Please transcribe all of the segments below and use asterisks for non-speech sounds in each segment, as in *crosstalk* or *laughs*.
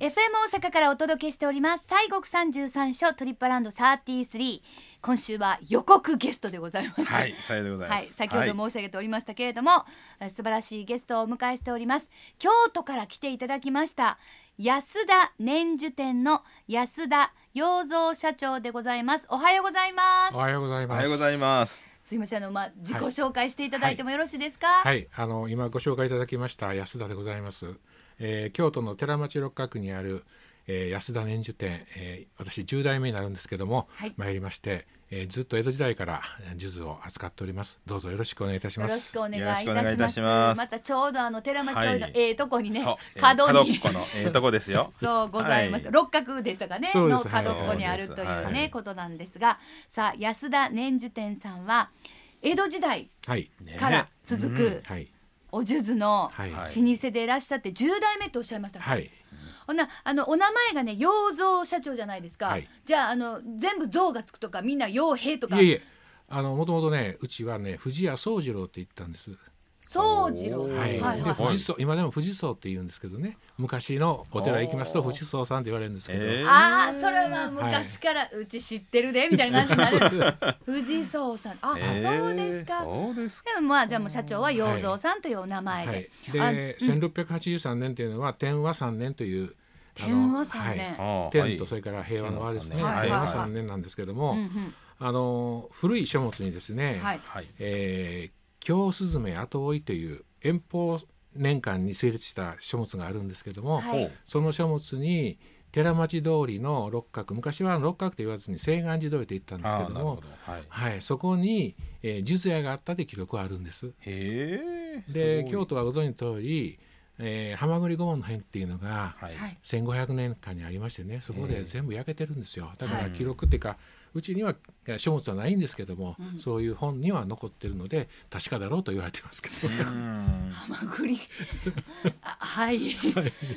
FM 大阪からお届けしております西国三十三所トリップアラウンド33今週は予告ゲストでございますはい、さようでございまはい、す。先ほど申し上げておりましたけれども、えー素晴らしいゲストをお迎えしております京都から来ていただきました安田年寿店の安田洋蔵社長でございますおはようございますおはようございおます。はようございます。すいませんあのまあ自己紹介していただいてもよろしいですか、はい、あの今ご紹介いただきました安田でございます。えー京都の寺町六角にある、えー安田年寿店、えー私10代目になるんですけども、はい参りまして、えーずっと江戸時代からえー数珠を扱っております。どうぞよろしくお願いいたしよまろす。しくお願いいよろしくお願いいたたししま。ますすまたちょうどあの寺町通りのはいええとこにね、そう、角に、。角っこの、えー、とこですよ *laughs* そうございます、はい六角でしたかねそうでのす角っこにはあいるというね、はいことなんですがさあ安田年寿店さんは江戸時代はい、から続ねくはい、お数珠のはい、は老い舗でいらっしゃって10代目とおっしゃいましたか、はい、ほんなあのお名前がね洋蔵社長じゃないですか、はいじゃああの全部蔵がつくとかみんな洋平とかいえいえ、あのもともとね、うちはね、藤屋宗次郎って言ったんです。宗次郎さんはい、はいではい富士荘今でも富士荘って言うんですけどね昔のお寺行きますとおー富士荘さんって言われるんですけど、えああそれは昔からうち知ってるでみたいな感じになる藤沢さん *laughs* あ、えそうですかそうですか。でもまあじゃあもう社長は洋蔵さんというお名前で、はい、で、1683年というのは天和3年というあの天和三年あはい、ーはい天とそれから平和の和ですね天天和和三年はい3年なんですけども、うんうんあの古い書物にですねはいはい。えー京スズメ後追い」という遠方年間に成立した書物があるんですけども、はいほうその書物に寺町通りの六角昔は六角と言わずに西岸寺通りと言ったんですあけー、どなるもほど。はい。はい、そこに、えー、術屋があったで記録はあるんです。へえ。ですごい京。都はご存知の通り、えー、蛤御門の辺っていうのはがい。はい1500年間にありましてねそこえでえ全部焼けてるんですよだかはらい記録っていうか、うちにはえー書物はないんですけども、そういう本には残ってるので確かだろうと言われてますけうど、ん。ハマグリあはい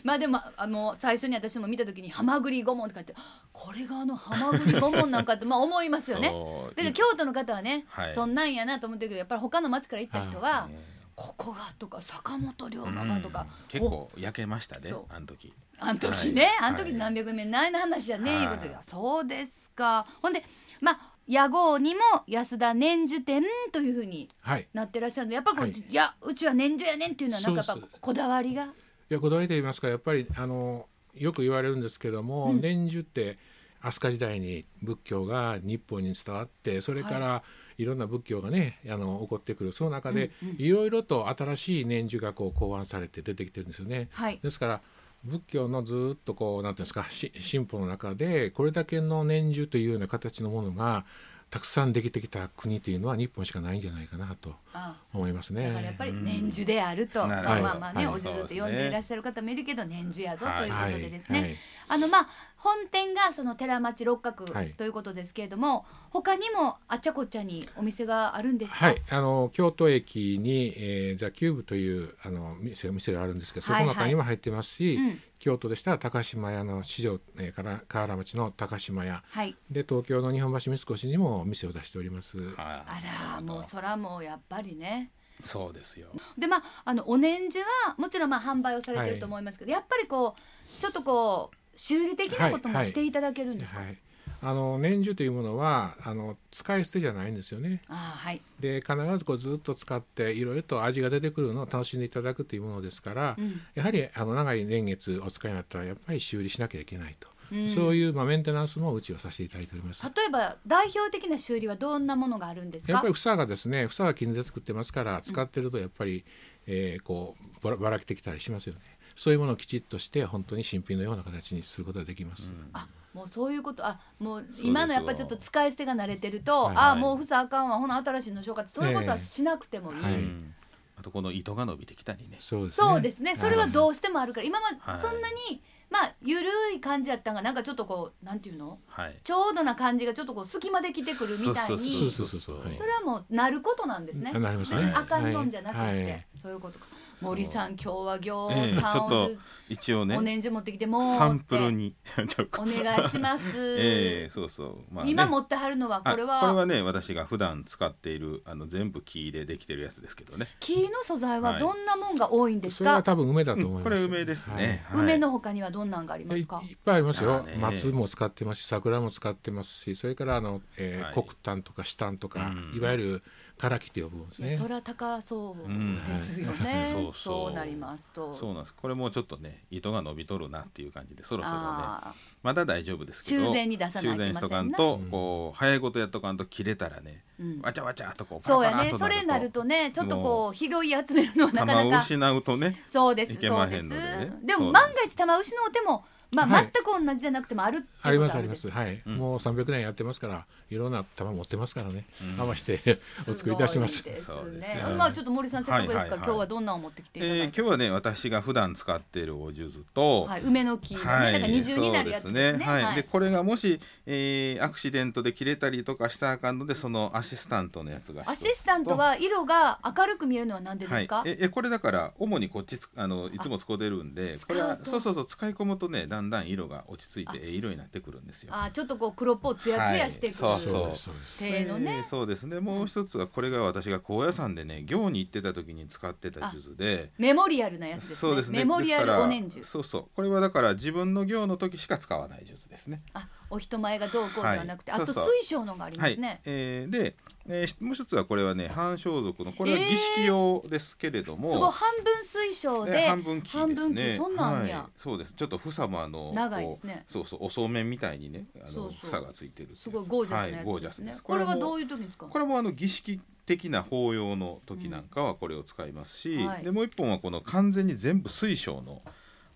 まあでもあの最初に私も見た時に「ハマグリ御門」とかってこれがあのハマグリ御門なんかってまあ思いますよね。そうだから京都の方はね、はいそんなんやなと思ってるけどやっぱり他の町から行った人は、ねここがとか坂本龍う馬がんとか、結構焼けましたねそう。あの時。あの時ね、はいあの時何百名ないの話じゃねえ、はいい、うことでそうですかほんでまあ屋号にも安田年寿店というふうに *laughs* はいなってらっしゃるのでやっぱりこう、はいい、やうちは年寿やねんっていうのはなんかやっぱそうそうこだわりがいやこだわりと言いますかやっぱりあのよく言われるんですけども、うん年中って飛鳥時代に仏教が日本に伝わってそれからいろんな仏教がねあの起こってくるその中でいろいろと新しい年中がこう考案されて出てきてるんですよね。はいですから仏教のずっとこうなんていうんですかし進歩の中でこれだけの年中というような形のものがたくさんできてきた国というのは日本しかないんじゃないかなとあ思いますだね。からやっぱり年寿であると、うんまあなるほどまあまあね、はいおじずそうとですね呼んでいらっしゃる方もいるけど年寿やぞはいということでですね、はいはいあのまあ本店がその寺町六角はいということですけれども、他にもあっちゃこっちゃにお店があるんですか、はい、あの京都駅に、えーザ・キューブというあの店店があるんですけどそこの中にも入ってますし、はいはいうん京都でしたら高島屋の市場、えーから河原町の高島屋はいで東京の日本橋三越にもお店を出しております。ああらもうそらもうやっぱりねそうですよ。でまああのお年寿はもちろんまあ販売をされてはるいと思いますけど、やっぱりこうちょっとこう修理的なこともはいしていただけるんですか、はい、あの年中というものはあの使い捨てじゃないんですよね。ああはいで必ずこうずっと使っていろいろと味が出てくるのを楽しんでいただくというものですから、うんやはりあの長い年月お使いになったらやっぱり修理しなきゃいけないと、うんそういう、まあ、メンテナンスもうちはさせていただいております例。えば代表的な修理はどんなものがあるんですかやっぱり房がですね房は金で作ってますから使ってるとやっぱり、えーこうばらばらけてきたりしますよねそういうものをきちっとして本当に新品のような形にすることができます、あもうそういうことあもうすよ今のやっぱりちょっと使い捨てが慣れてると、はいああもうふさあかんわほな新しいのしようかってそういうことはしなくてもいい、ええはういんあとこの糸が伸びてきたりね。そうですねそうですねそれはどうしてもあるから今まはでいそんなに、まあ緩い感じだったんがなんかちょっとこうなんていうのはい。ちょうどな感じがちょっとこう隙間できてくるみたいにそうそうそうそうそれはもうなることなんですねなりますねあかんのんじゃなくて、はいはいそういうことか森さん今日は行ええちさんょっをと一応おね年中持ってきてもうサンプルってにちょっと、お願いします *laughs* ええそうそうまね今持ってはるのはあこれはこれはね私が普段使っているあの全部木でできてるやつですけどね木の素材ははいどんなもんが多いんですそれか、は多分梅だと思います。これ梅ですね、はい梅の他にはどんなんがありはまい。いすいか、っぱいありますあよーね。松も使ってますし、桜も使ってますし、それからあの、えーはい黒炭とか紫炭とか、うんいわゆる唐木と呼ぶものですいね。やそれは高そうですよね、うんはいそうなりますとそうなんですこれもちょっとね糸が伸びとるなっていう感じでそろそろねああまだ大丈夫ですけど修繕に出さないといけませんな修繕しとかんとこう早いことやっとかんと切れたらね、うんわちゃわちゃっとこうそうパラやパラねっとそれになるとねちょっとこもう拾い集めるのはなか玉なをか失うとねそうですいけそうまでへすんのでねでそもうなん万が一玉失うてもまはあい全く同じじゃなくてもあるってありこまとすあありるまですす。はい、もう300年やってますから、いろんな玉持ってますからね。合わせてお作りいたしますごい。ですそうでねすよまあちょっと森さんせっかくですからはいはいはい今日はどんなのを持ってきていただえーい今て日はね私が普段使っているお数珠と、はい梅の木のねはいだから二重になるやつそでうすですねねはいはいでこれがもし、えーアクシデントで切れたりとかしたらあかんのでそのアシスタントのやつが一つアシスタントは色が明るく見えるのはなんでですかはい、ええこれだから主にこっちつあのいつも使うてるんで使こうとれはそうそうそう使い込むとねだんだん色が落ち着いてええ色になってくるんですよ。あーちょっとこう黒っぽいツヤツヤしてくるはいそうですそうです。手のえーねそうですねもう一つはこれが私が高野山でね行に行ってた時に使ってた数珠で。メモリアルなやつですそうねですねメモリアですかルらお年中そうそうこれはだから自分の行の時しか使わない術ですね。あお人前がどうこうではなくて、はいあとそう水そう晶のがありまはいすね、えーで、えーしもう一つはこれはね半装束のこれはえー儀式用ですけれども、すごい半分水晶でえー半分木ですね半分木そんなんやはい、そうですちょっと房もあの長いですねこうそうそうおそうめんみたいにねあのそうそう房がついてるってやつすごいゴージャスなはやいつゴージでャすスね、ですこれはどもういう時に使うこれもあの儀式的な法要の時なんかはこれを使いますし、うんはいでもう一本はこの完全に全部水晶の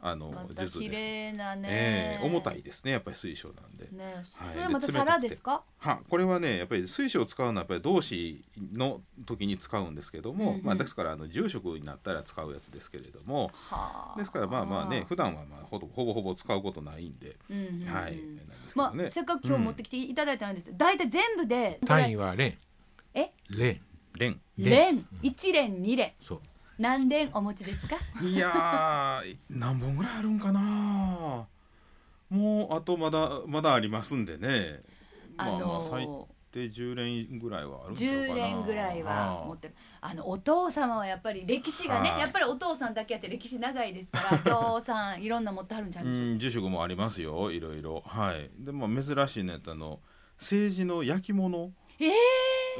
あのまた術綺です。麗なね、ええ重たいですねやっぱり水晶なんで。ねはいそれはまたで皿ですかはこれはねやっぱり水晶を使うのはやっぱり同士の時に使うんですけども、うんうんまあ、ですからあの住職になったら使うやつですけれどもはあですからまあまあね、普段はまあほぼほぼほぼ使うことないんで、うんうんうんはいなんですけまどあ、ね、せっかく今日持ってきていただいたんです、大体全部で単位は連。え連。連連一連二連そう。何連お持ちですかいやー何本ぐらいあるんかなもうあとまだまだありますんでねまああまあの最低10連ぐらいはあるんちゃうか10な年ぐらいは持ってるあのお父様はやっぱり歴史がね、はいやっぱりお父さんだけやって歴史長いですから *laughs* お父さんいろんな持ってはるんじゃうないでしょん、住職もありますよいろいろはいでまあ珍しいのやったらあの政治の焼き物、えー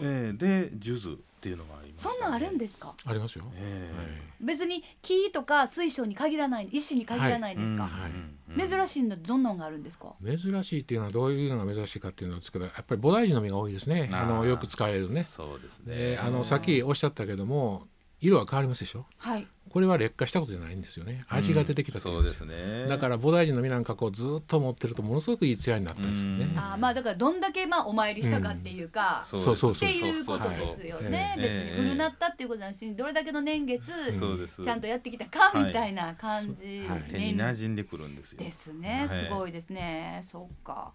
えーで数珠っていうのがあります、そんなんあるんで、ですかありますよ。え別に木とか水晶に限らない石に限らないーですか、はいうんうん珍しいのってどんなのがあるんですか珍しいっていうのはどういうのが珍しいかっていうのですけど、やっぱり菩提樹の実が多いですね。あーあのよく使われるね。そうですね、で、あのさっきおっしゃったけども、色は変わりますでしょ。はいこれは劣化したことじゃないんですよね。味が出てきたっていそううんでですよすねだから菩提樹の実なんかこうずっと持ってるとものすごくいい艶になったんですよねうん。あーまあだからどんだけまあお参りしたかっていうか、うそうそうっそてういうことでそうすよそうそうね、え別えに古なったっていうことだしどれだけの年月そうですちゃんとやってきたかうんみたいな感じ、はい手に馴染んでくるんですよですね、はいすごいですねそっか、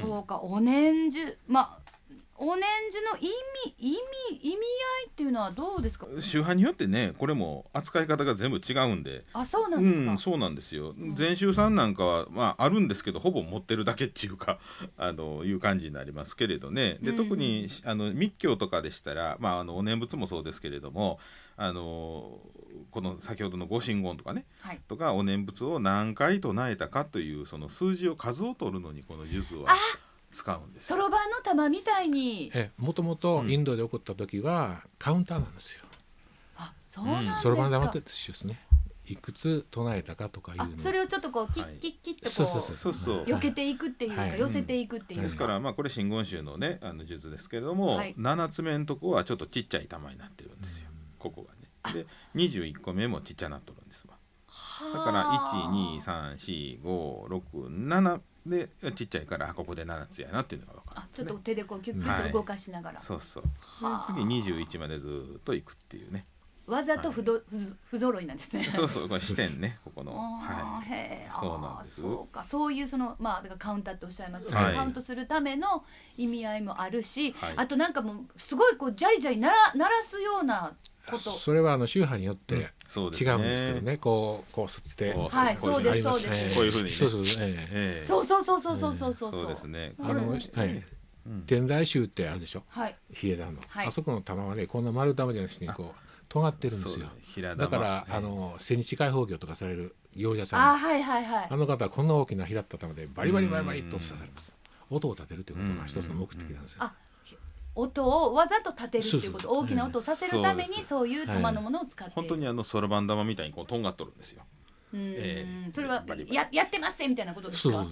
そうかお年中まあお年中の意味意味意味合いっていうのはどうですか宗派によってねこれも扱い方が全部違うんであそうなんですか、うん、そうなんですよ禅宗さんなんかは、まあ、あるんですけどほぼ持ってるだけっていうか *laughs* あのいう感じになりますけれどねうでん特にあの密教とかでしたら、まあ、あのお念仏もそうですけれどもあのこの先ほどの御神言とかねはいとかお念仏を何回唱えたかというその数字を数を取るのにこの数珠はあ使うんですそよ。ろばんの玉みたいにえもともとインドで起こった時はカウンターなんですよ。あそうなんですか、そろばん玉と一緒ですね。いくつ唱えたかとかいうあの。それをちょっとこうキはッいキッキッとこう,、そうそうそうそうそう避けていくっていうか、はい寄せていくっていうか、ですからまあこれ真言宗のねあの術ですけれども、はい7つ目のとこはちょっとちっちゃい玉になってるんですよ、ここがね。で21個目もちっちゃなっとるんですわだはあから1234567でちっちゃいからあここで7つやなっていうのが分かあちょっと手でこうキュッキュッと動かしながら、るそうそうはあで次21までずーっといくっていうねわざと不ど、不ぞ不揃いなんですね。そうそうこれ視点ねここのあはーへえそうなんですあーそうかそういうそのまあだからカウンターっておっしゃいましたけど、はいカウントするための意味合いもあるし、はいあとなんかもうすごいこうジャリジャリなら鳴らすようなことそれはあの宗派によって違そうですねうんですけどね、こうこう吸ってこうはいそこいうのであすりまそうですこういうふうにねそうそうそうええええそうそうそうそうそうそうそうそうですねうんあの、うんはいうん天台宗ってあるでしょはい比叡山の、はいあそこの玉はねこんな丸玉じゃなくてこう尖ってるんでそすうよ平玉だから、ええあの千日開放業とかされる行者さんあーはいはいはいあの方はこんな大きな平った玉でバリバリバリバリっと刺されます。音を立てるということが一つの目的なんですよ。あ音をわざと立てるっていうことそうそうそう大きな音をさせるためそうにですそういう玉のものを使って本当にあのそろばん玉みたいにこうとんがっとるんですよ。うえんえそれはバリバリややってますぜみたいなことですそうそうか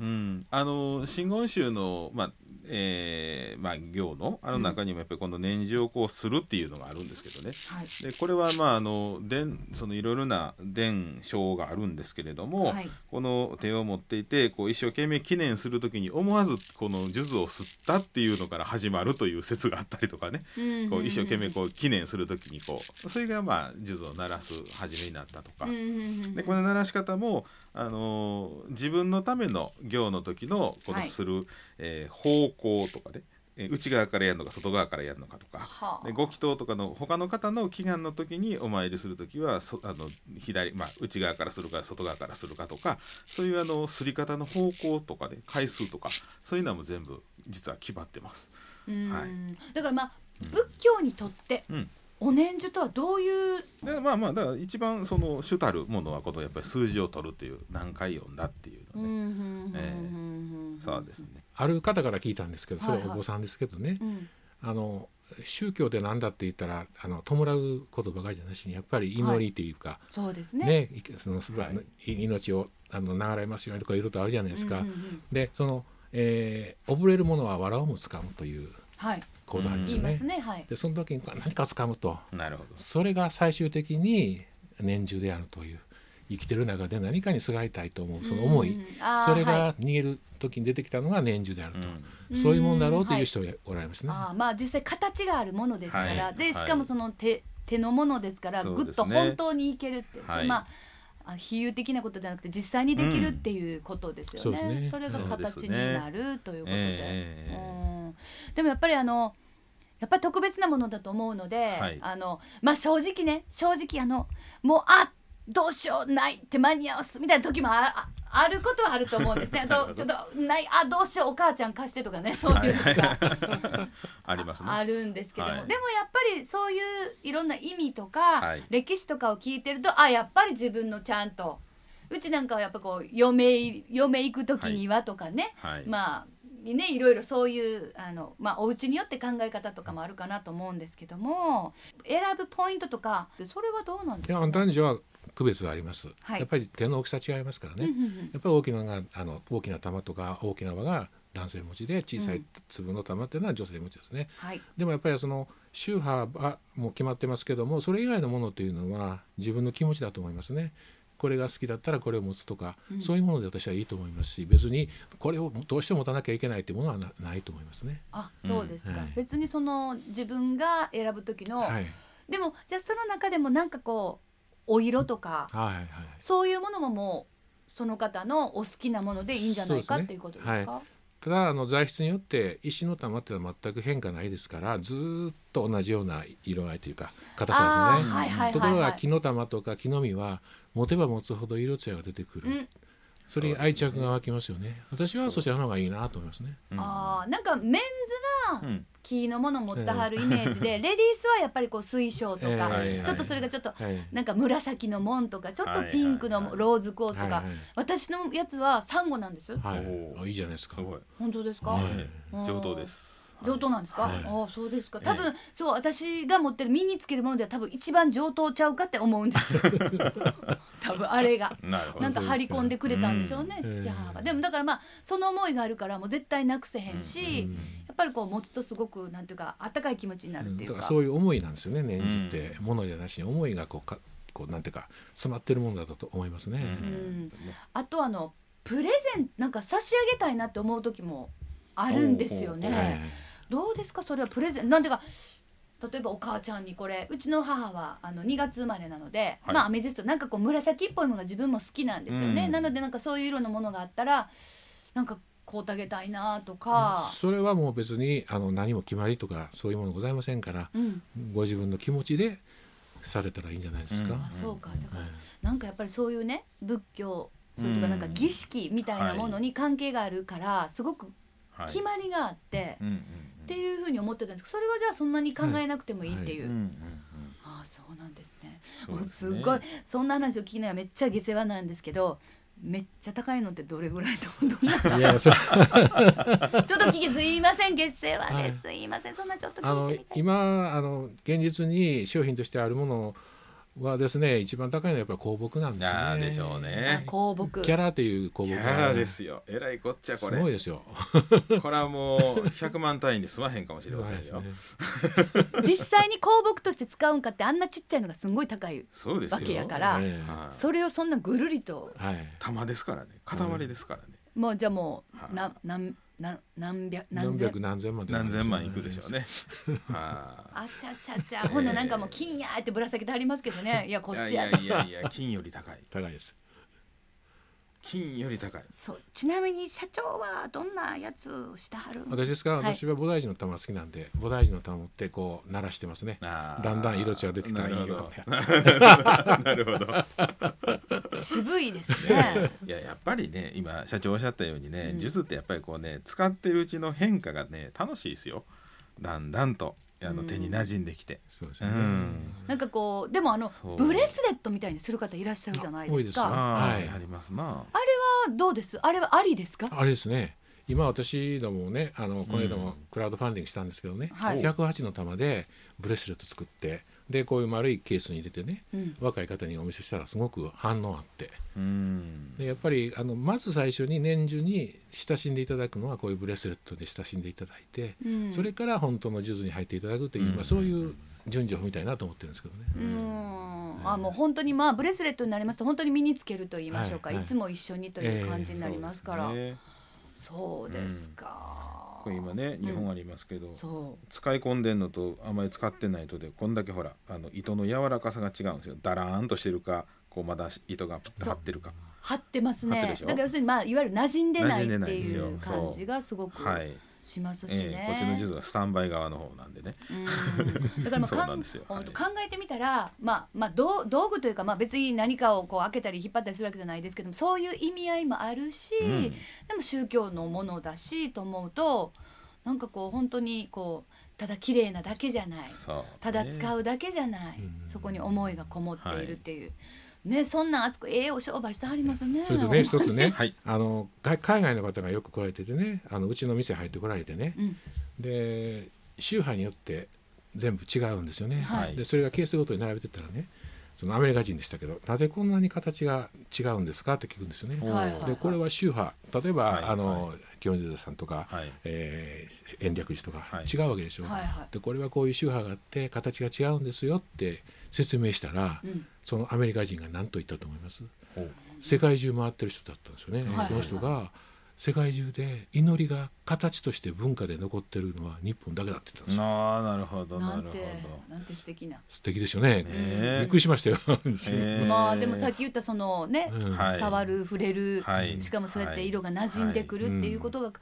うん、あの真言宗の、まあえーまあ、行のあの中にもやっぱりこの年次をこうするっていうのがあるんですけどね。はいでこれはまああの伝そのいろいろな伝承があるんですけれども、はいこの手を持っていてこう一生懸命記念するときに思わずこの数珠を吸ったっていうのから始まるという説があったりとかね、うんこう一生懸命こう記念するときにこうそれがまあ数珠を鳴らす始めになったとか、うんうんうんうんでこの鳴らし方も、あのー自分のための行の時のこのはいする、えー方向とかね、えー内側からやるのか外側からやるのかとか、はあでご祈祷とかの他の方の祈願の時にお参りする時はそあの左、まあ、内側からするか外側からするかとかそういうあのすり方の方向とかね回数とかそういうのはもう全部実は決まってます。うんはいだからまあ仏教にとってうんお念珠とはどういうでまあまあだから一番その主たるものはこのやっぱり数字を取るっていう何回読んだっていうのね、ええそうですね。ある方から聞いたんですけど、それはいははいお坊さんですけどね、うんあの宗教でなんだって言ったらあの弔うことばかりじゃなしにやっぱり祈りというか、そうですねねいそのすば、はいい命をあの流れますようにとかいろいろとあるじゃないですか。うんうんうんでその、えー溺れるものは藁をも掴むというはいことあるんです言いよまね。すねはいでその時に何か掴むとなるほどそれが最終的に年中であるという生きてる中で何かにすがりたいと思うその思い、うんあーそれはいが逃げる時に出てきたのが年中であると、うんそういうもんだろうという人がおられますね。ああまあ実際形があるものですから、はいでしかもその手,、手のものですからそうぐっでとすね本当にいけるって、そはれいまああ比喩的なことじゃなくて実際にできるっていうことですよね,、うんそうですねそれが形になるということでええうんでもやっぱりあのやっぱり特別なものだと思うので、はいあのまあ正直ね正直あのもうあどうしようないって間に合わすみたいな時もあああることはあると思うんですね。あとちょっとないあどうしようお母ちゃん貸してとかねそういうのが。ありますね。あるんですけども、はいでもやっぱりそういういろんな意味とか、はい歴史とかを聞いてるとあやっぱり自分のちゃんとうちなんかはやっぱこう嫁い嫁行く時にはとかね、はいまあねいろいろそういうあの、まあ、お家によって考え方とかもあるかなと思うんですけども選ぶポイントとかそれはどうなんでですか、ね、男女は区別はあります、はいやっぱり手の大きさ違いますからね、うんうんうんやっぱり大きなのがあの大きな玉とか大きな輪が男性持ちで小さういん粒の玉っていうのは女性持ちですね。はい、でもやっぱりその宗派はもう決まってますけどもそれ以外のものというのは自分の気持ちだと思いますね。これが好きだったらこれを持つとか、うんそういうもので私はいいと思いますし別にこれをどうしても持たなきゃいけないというものはなないと思いますね。あそうですか、うんはい別にその自分が選ぶ時の、はい、でもじゃあその中でもなんかこうお色とかはい、はいそういうものももうその方のお好きなものでいいんじゃないかそうですねっていうことですか。ただあの材質によって石の玉っていうのは全く変化ないですからずーっと同じような色合いというか硬さあでーすね。はいはいとはこいろはがい。木の玉とか木の実は持てば持つほど色艶が出てくうる、ん、それに愛着が湧きますよね私はそちらの方がいいなと思いますねうんああなんかメンズうはん木のもの持ったはるイメージで、レディースはやっぱりこう水晶とえーか、はいはいちょっとそれがちょっとはいなんか紫のもんとかちょっとはいはいピンクのローズコースとか、は私のやつはサンゴなんです。いはい、おーあいいじゃないですかすごい、本当ですか？はええうん上等です。上等なんですか？はいああそうですか。多分、そう私が持ってる身につけるものでは多分一番上等ちゃうかって思うんですよ。 *laughs* 多分あれが。はい。なるほどなん。か張り込んでくれたんでしょうね、うん父母が、うんでもだからまあその思いがあるからもう絶対なくせへんし、うんやっぱりこう持つとすごくなんていうかあったかい気持ちになるっていだうか,、からそういう思いなんですよね年中って、ものじゃなしに思いがこうかこうなんていうか詰まってるものだと思いますね、うんうんあとあのプレゼンなんか差し上げたいなって思う時もあるんですよね、おうおうおうはいどうですかそれはプレゼンなんていうか例えばお母ちゃんにこれうちの母はあの2月生まれなので、はいまあアメジストなんかこう紫っぽいものが自分も好きなんですよね、うんなのでなんかそういう色のものがあったらなんかこうたげたいなとか、それはもう別にあの何も決まりとかそういうものございませんから、うん、ご自分の気持ちでされたらいいんじゃないですか。うんあそうかだからはいなんかやっぱりそういうね仏教それとかなんか儀式みたいなものに関係があるからすごくはい決まりがあって、うんうんっていうふうに思ってたんですけどそれはじゃあそんなに考えなくてもいいっていう、うんうんうんああそうなんですねそうもうですねごいそんな話を聞きながらめっちゃ下世話なんですけどめっちゃ高いのってどれぐらいと *laughs* 思ういやそれちょっと聞きすいません下世話です、い、ませんそんなちょっとあ聞のいてみたい今あの現実に商品としてあるものはですね一番高いのはやっぱり香木なんですあよーね。でしょうあね香木キャラという香木キがャラですよえらいこっちゃすこごいれですよ。これはもう100万単位で済まへんかもしれませんですよね実際に香木として使うんかってあんなちっちゃいのがすんごい高いそうですよわけやからええはいそれをそんなぐるりとはい。玉ですからね塊ですからね、もうじゃあもはういななんなん何百何何百千何千万って何千万いくでしょうね。はあちゃちゃちゃほんななんかもう金やーってぶら下げてありますけどねいやこい。っちいややいやいやいや金より高い高いです。金より高い。そうちなみに社長はどんなやつをしてはるん私ですか、はい私は菩提寺の玉好きなんで菩提寺の玉ってこう鳴らしてますねあーだんだん色違い出てきたらいいよなるほってどなるほど。渋いですねいややっぱりね今社長おっしゃったようにね術、ってやっぱりこうね使ってるうちの変化がね楽しいですよ。だんだんとあの手に馴染んできて。そうですうね、ん。なんかこうでもあのそうブレスレットみたいにする方いらっしゃるじゃない多でいすですかよあははいい。ありますな。れはどうですあれはありですかあれですね今私どもねあのこの間もクラウドファンディングしたんですけどね、はい108の玉でブレスレット作ってでこういう丸いケースに入れてね、うん若い方にお見せしたらすごく反応あってうん。でやっぱりあのまず最初に年中に親しんでいただくのはこういうブレスレットで親しんでいただいて、うんそれから本当の数珠に入っていただくという、まあ、そういう順序を踏みたいなと思ってるんですけどね。うーんあもう本当にまあブレスレットになりますと本当に身につけると言いましょうか、はいいはいつも一緒にという感じになりますから、そうですねそうですか、これ今ね日本ありますけど。そ使い込んでんのとあまり使ってないとでこんだけほらあの糸の柔らかさが違うんですよだらーんとしてるかこうまだ糸がピッと張ってるかう張ってますね張ってるでしょだから要するにまあいわゆる馴染んでないって馴染んでないんですいようそう感じがすごくはい、しますしえねえ、こっちの地図はスタンバイ側の方なんでね *laughs* うんだからまあそうかなんんですよほんと考はえてみたら、まあまあ、道道具というか、まあ、別に何かをこう開けたり引っ張ったりするわけじゃないですけどもそういう意味合いもあるし、うんでも宗教のものだしと思うとなんかこう本当にこうただ綺麗なだけじゃないそうただ使ううだけじゃない、うんそこに思いがこもっているっていう、ねそんな熱くええお商売してはりますね。それでね一つね、はいあの海海外の方がよく来られててねあのうちの店入ってこられてねうんで宗派によって全部違うんですよね、はいでそれがケースごとに並べてったらねそのアメリカ人でしたけどなぜこんなに形が違うんですかって聞くんですよね。はいはいはいでこれは宗派例えば、はいあの清水寺さんとか、はいえー延暦寺とか、はい違うわけでしょ、はいはいでこれはこういう宗派があって形が違うんですよって説明したら、うんそのアメリカ人が何と言ったと思いますほう世界中回ってる人だったんですよね、はいその人が世界中で祈りが形として文化で残ってるのは日本だけだって言ったんですよなあなるほどななるんほどてなんて素敵な。素敵ですよね、えびっくりしましたよ、ええまあでもさっき言ったそのね、うんはい触る触れる、はいしかもそうやって色が馴染んでくるっていうことが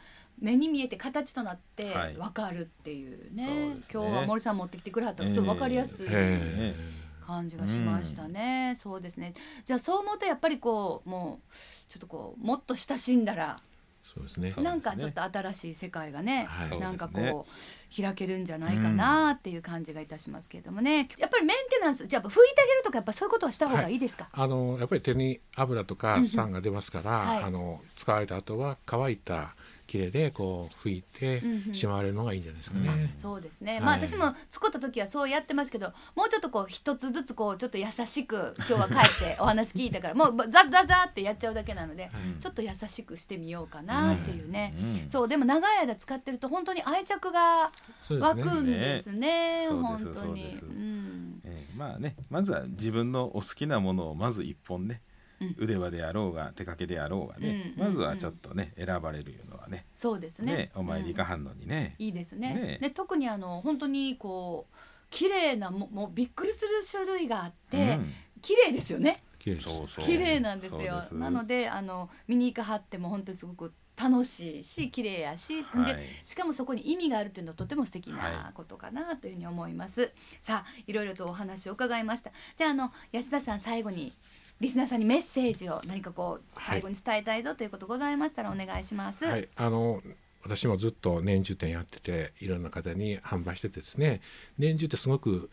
目に見えて形となってはい分かるっていうね,、そうですね今日は森さん持ってきてくれはったらええすごい分かりやすいえね感じがしましたね、そうですねじゃあそう思うとやっぱりこうもうちょっとこうもっと親しんだら、そうですねそうなんかちょっと新しい世界がね、はいなんかそうこう開けるんじゃないかなっていう感じがいたしますけれどもねやっぱりメンテナンスじゃあやっぱ拭いてあげるとかやっぱそういうことはした方がいいですか、あのやっぱり手に油とか酸が出ますから、はいあの使われた後は乾いた切れでこう拭いてうんうんしまわれるのがいいんじゃないですかね、そうですね、はいまあ私も作った時はそうやってますけどもうちょっとこう一つずつこうちょっと優しく今日は帰ってお話聞い *laughs* たからもうザッザッザッってやっちゃうだけなので、ちょっと優しくしてみようかなっていうね、うんそうでも長い間使ってると本当に愛着がそう湧ですねくんですねそうです本当にそうですうんええまあねまずは自分のお好きなものをまず一本ね、うん腕輪であろうが手掛けであろうがね、うんうんうんまずはちょっとね選ばれるいうのはねそうですねねお参りかはんのにね、いいですね。ねえで特にあの本当にこう綺麗なももうびっくりする種類があって、うん綺麗ですよね。綺麗ですそうそう綺麗なんですそうよですなのであの見に行かはっても本当にすごく楽しいし綺麗やし、はいでしかもそこに意味があるというのはとても素敵はなことかなというふうに思います、さあいろいろとお話を伺いましたじゃああの安田さん最後にリスナーさんにメッセージを何かこう最後に伝えたいぞということございましたらお願いします、はい、あの私もずっと年中店やってていろんな方に販売しててですね年中ってすごく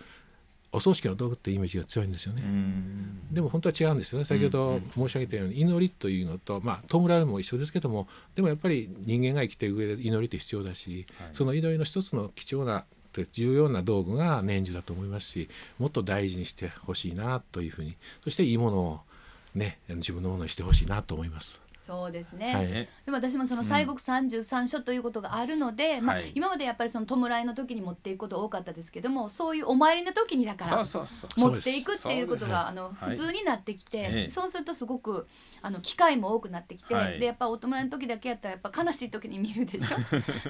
お葬式の道具ってイメージが強いんですよね、うんでも本当は違うんですよね先ほど申し上げたように祈りというのと、まあ、弔うも一緒ですけどもでもやっぱり人間が生きていく上で祈りって必要だし、はいその祈りの一つの貴重な重要な道具が年中だと思いますしもっと大事にしてほしいなというふうにそしていいものを、ね、自分のものにしてほしいなと思います。そうですね、はいねでも私もその西国三十三所ということがあるので、まあはい今までやっぱりその弔いの時に持っていくこと多かったですけどもそういうお参りの時にだからそうそうそう持っていくっていうことがあのはい普通になってきて、ええそうするとすごくあの機会も多くなってきて、はいでやっぱお弔いの時だけやったらやっぱ悲しい時に見るでし *laughs*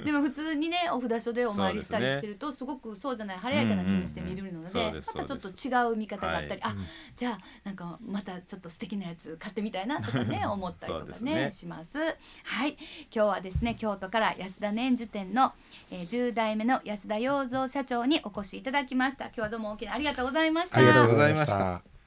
ょでも普通にねお札所でお参りしたりしてるとす,、ごくそうじゃない晴れやかな気もして見るので,、うんうんうんそうですまたちょっとそう違う見方があったり、あじゃあなんかまたちょっと素敵なやつ買ってみたいなとか *laughs* ね思ったりとそうでかすねねします。はい今日はですね京都から安田年寿店の、えー、10代目の安田洋三社長にお越しいただきました今日はどうも大きなありがとうございました。ありがとうございましたありがとうございました